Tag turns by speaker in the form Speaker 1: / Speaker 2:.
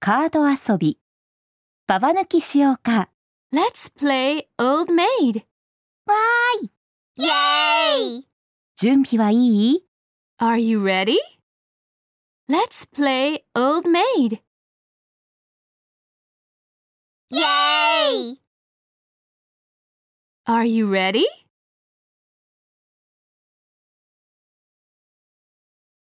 Speaker 1: カード遊び。ババ抜きしようか。
Speaker 2: Let's play Old Maid.
Speaker 1: わーい準備はいい
Speaker 2: Are you ready? Let's play Old Maid.
Speaker 1: イエーイ
Speaker 2: Are you ready?